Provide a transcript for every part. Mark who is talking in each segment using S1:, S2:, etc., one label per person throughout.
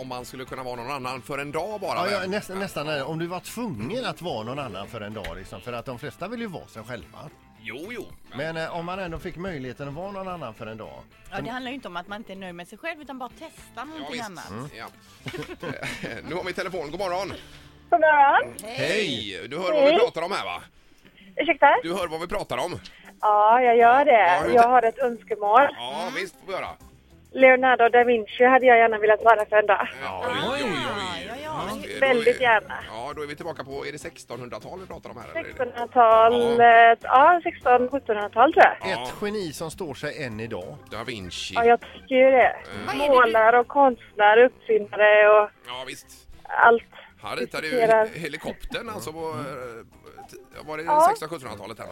S1: om man skulle kunna vara någon annan för en dag bara.
S2: Ja,
S1: men-
S2: ja, nästan, nästan är det. om du var tvungen att vara någon annan för en dag liksom, för att de flesta vill ju vara sig själva.
S1: Jo, jo.
S2: Men eh, om man ändå fick möjligheten att vara någon annan för en dag.
S3: Ja, det handlar ju inte om att man inte är nöjd med sig själv utan bara testa
S1: Ja,
S3: någonting
S1: visst. Mm.
S3: annat.
S1: Ja. Eh, nu har vi telefon. God morgon.
S4: God morgon.
S1: Hej! Du hör vad vi
S4: Hej.
S1: pratar om här, va?
S4: Ursäkta?
S1: Du hör vad vi pratar om?
S4: Ja, jag gör
S1: Ja, hur-
S4: det. Jag har ett önskemål.
S1: Ja, visst får vi göra.
S4: Leonardo da Vinci hade jag gärna velat vara för en dag.
S1: Ja,
S3: Ah,
S1: oj, oj,
S3: ja,
S1: oj.
S3: ja,
S2: Mm.
S3: ja.
S1: Då är-
S4: Väldigt gärna.
S1: Ja, då är vi tillbaka på, är det 1600-tal vi pratar om här? eller?
S4: 1600-talet, ja 1600-1700-tal tror jag.
S1: Ja.
S2: Ett geni som står sig än idag.
S1: Da Vinci.
S4: Ja, jag tycker ju det.
S3: Vad är det du-
S4: Målare och konstnär, uppfinnare och
S1: Ja, visst.
S4: allt.
S1: Han ritade ju
S4: Diskuterar.
S1: he- helikoptern alltså på, eh, t- var det
S4: Ja.
S1: 1600-1700-talet? här?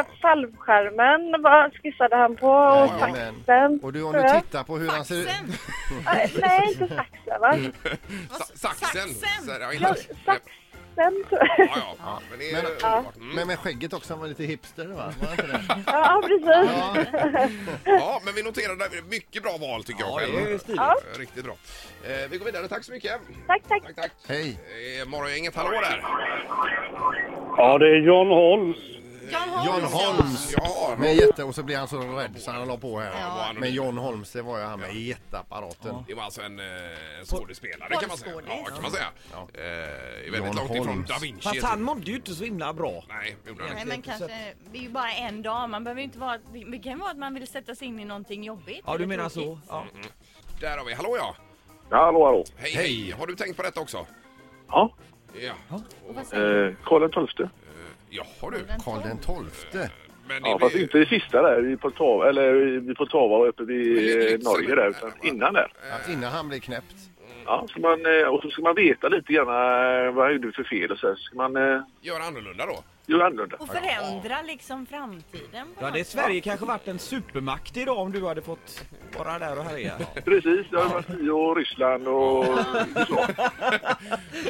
S4: Och fallskärmen vad skissade han på och
S2: Ja, men-
S4: saxen.
S2: Och du, om
S4: tror
S2: du
S4: jag.
S2: tittar på hur han ser ut.
S3: Saxen!
S4: Nej, Nej, inte saxen va?
S1: Sa- Saxen!
S3: Saxen.
S1: Så här, ja,
S4: Ja,
S1: inte-
S4: saxen tror jag.
S1: Ja, ja. Men det är
S2: Men-
S1: underbart. Mm.
S2: Men med skägget också, han var lite hipster va? Var han inte det?
S4: Ja, precis.
S1: Ja, men vi noterade det. Mycket bra val tycker jag
S2: Ja,
S1: själv.
S2: det är ju stiligt.
S1: Ja. Riktigt bra. Eh, vi går vidare. Tack så mycket.
S4: Tack, tack.
S1: Tack, tack.
S2: Hej!
S1: Eh, Morgongänget, hallå där!
S5: Ja, det är John Holmes.
S3: Jan Holm!
S2: John Holms!
S1: Ja,
S2: Med jätte, och så blev han så rädd så han la på här.
S1: Ja.
S2: Men John Holmes, det var ju han med jätteapparaten.
S1: det var alltså en eh, skådespelare kan man säga.
S3: Porrskådis.
S1: Ja, kan man säga. Eh, är väldigt
S2: John
S1: långt ifrån
S2: Holmes.
S1: da Vinci. typ.
S6: Fast han mådde ju inte så himla bra.
S1: Nej, gjorde han
S3: Nej,
S1: inte.
S3: men kanske, det är ju bara en dag. Man behöver ju inte vara... Det kan vara att man vill sätta sig in i någonting jobbigt.
S6: Ja, du
S3: eller
S6: menar så?
S3: tråkigt.
S6: Ja.
S1: Där har vi. Hallå ja!
S5: Hallå, hallå.
S1: Hej, hej! Har du tänkt på detta också?
S5: Ja,
S1: Ja.
S3: Och vad säger
S5: eh, Karl XII.
S1: Ja, har du.
S3: den
S2: Karl den
S3: tolv?
S2: tolfte.
S1: Men det
S5: Ja, fast
S1: blir-
S5: inte det sista där vid Poltava, eller vid Poltava och uppe vid eh, Norge där, utan innan där.
S2: Ja, innan han blev knäppt.
S5: Ja, så man, eh, och så ska man veta lite grann eh, vad han gjorde för fel och så här. Så ska man eh,
S1: Göra annorlunda då?
S5: göra annorlunda.
S3: Och förändra liksom framtiden på
S6: Då hade
S3: något
S6: Sverige kanske varit en supermakt idag om du hade fått vara där och härja.
S5: Precis, det har ju varit tio och Ryssland och så.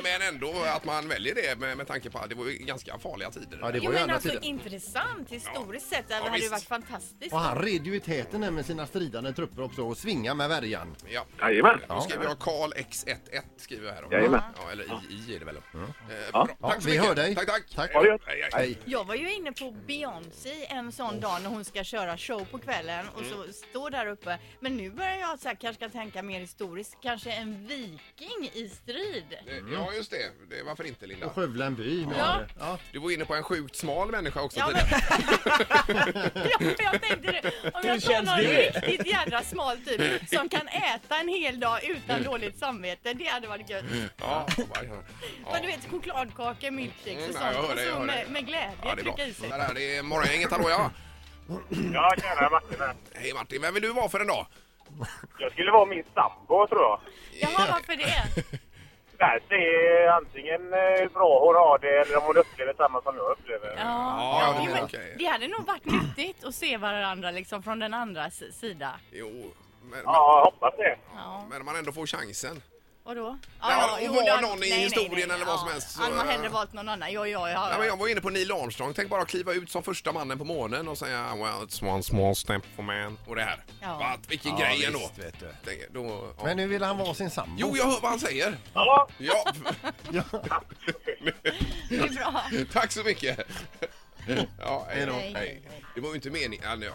S1: Men ändå att man väljer det med, med tanke på att det var ju ganska farliga tider.
S2: Ja, det
S3: Jo
S2: var ju
S3: men
S2: andra
S3: alltså
S2: tiden.
S3: intressant historiskt sett. Det
S1: Ja,
S3: hade ju
S1: visst.
S3: varit fantastiskt.
S2: Och han red ju i täten där med sina stridande trupper också och svinga med värjan.
S1: Ja.
S5: Jajamän.
S1: Då skriver jag Karl X11 skriver jag här. då.
S5: Jajamän.
S1: Ja, eller I, I är det väl. Eh,
S5: Ja.
S1: bra.
S2: Ja,
S1: Tack så
S2: vi
S1: mycket.
S2: hör dig.
S1: Tack, tack.
S2: Tack.
S5: Ha det gött.
S1: Hej, hej.
S2: Hej!
S3: Jag var ju inne på Beyoncé en sån dag när hon ska köra show på kvällen och
S1: Mm.
S3: så står där uppe. Men nu börjar jag så här, kanske ska tänka mer historiskt. Kanske en viking i strid.
S1: Eh, Ja, just det. det. Varför inte, Linda?
S2: Och skövla en by med
S3: Ja.
S2: ja.
S1: Du var inne på en sjukt smal människa också
S3: Ja, men...
S1: tidigare.
S3: ja, för jag tänkte det. Om jag tar
S6: känns
S3: någon
S6: det?
S3: riktigt jädra smal typ som kan äta en hel dag utan dåligt samvete. Det hade varit gött.
S1: Ja, ja.
S3: Men du vet chokladkakor,
S1: Mm,
S3: milkshakes och
S1: ja, jag hör
S3: sånt. Och
S1: det, jag
S3: så
S1: hör
S3: med,
S1: det.
S3: med glädje
S1: ja, det är bra.
S3: trycka i sig.
S1: Där är det Morgongänget, hallå ja.
S7: Ja, tjena Martin här.
S1: Hej Martin, vem vill du vara för en dag?
S7: Jag skulle vara min sambo tror jag.
S3: Jaha, varför det?
S7: Nej, det är antingen eh, bra hon har det eller om hon upplever samma som jag upplever.
S3: Ja,
S1: Ja, det
S3: jo,
S1: är
S3: men
S1: okej.
S3: det hade nog varit nyttigt att se varandra liksom från den andras sida.
S1: Jo, men,
S7: Ja, jag hoppas det.
S3: Ja.
S1: men, men man ändå får chansen.
S3: Vadå?
S1: Ja, och
S3: jo,
S1: var
S3: det hade-
S1: någon i historien eller vad som helst, så-
S3: Hade man hellre valt någon annan. Ja, ja, ja.
S1: Ja, men jag var inne på Neil Armstrong. Tänk bara kliva ut som första mannen på månen och säga Well, it's one small step for man. Och det här.
S3: Ja.
S1: Va, vilken grej ändå.
S2: visst, vet du.
S1: Tänk, Då, ja.
S2: Men nu vill han vara sin sambo.
S1: Jo, jag hör vad han säger.
S7: Ja,
S1: Ja,
S3: Det är bra.
S1: tack så mycket. Ja, hej då.
S3: Hej.
S1: Hej. Det var ju inte meningen. Alltså, ja.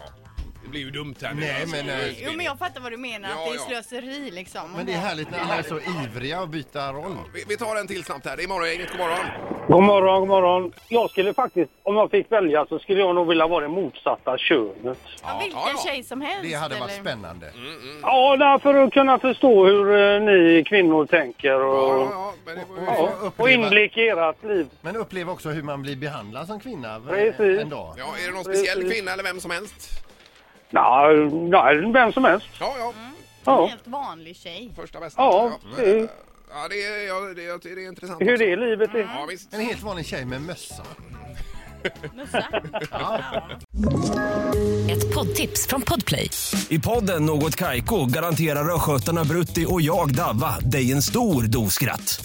S1: Det blev ju dumt här nu.
S2: Nej,
S1: alltså.
S2: men,
S1: Det var ju
S2: eh,
S1: inte
S3: Jo, men
S1: meningen.
S3: jag fattar vad du menar.
S1: Ja,
S3: att det är
S1: ja.
S3: slöseri liksom.
S2: Men det är härligt när alla är så ivriga att byta roll.
S1: vi, vi tar en till snabbt här. Det är Morgongänget. God morgon.
S5: God morgon, god morgon. Jag skulle faktiskt, om jag fick välja, så skulle jag nog vilja vara det motsatta könet.
S3: Ja, vilken
S1: Ja, ja.
S3: tjej som helst.
S2: Det hade varit
S3: eller?
S2: spännande.
S5: Ja, därför att kunna förstå hur eh, ni kvinnor tänker
S1: Ja,
S5: och,
S1: ja, men det var ju...
S5: ja, och
S2: uppleva-
S5: inblick i ert liv.
S2: Men uppleva också hur man blir behandlad som kvinna
S5: Precis.
S2: en dag.
S1: Ja, är det någon speciell kvinna eller vem som helst?
S5: Nej, nej, vem som helst.
S1: Ja, ja.
S3: En
S5: Ja.
S3: helt vanlig tjej.
S1: Första bästa.
S5: Mm. Ja, det är-
S1: ja det, är, ja, det, är, det är intressant.
S5: Hur
S1: också.
S5: det livet är.
S1: Ja, visst.
S2: En helt vanlig tjej med mössa.
S3: Mössa. Ja.
S8: Ett poddtips från Podplay.
S9: I podden Något Kaiko garanterar östgötarna Brutti och jag, Davva, dig en stor dos skratt.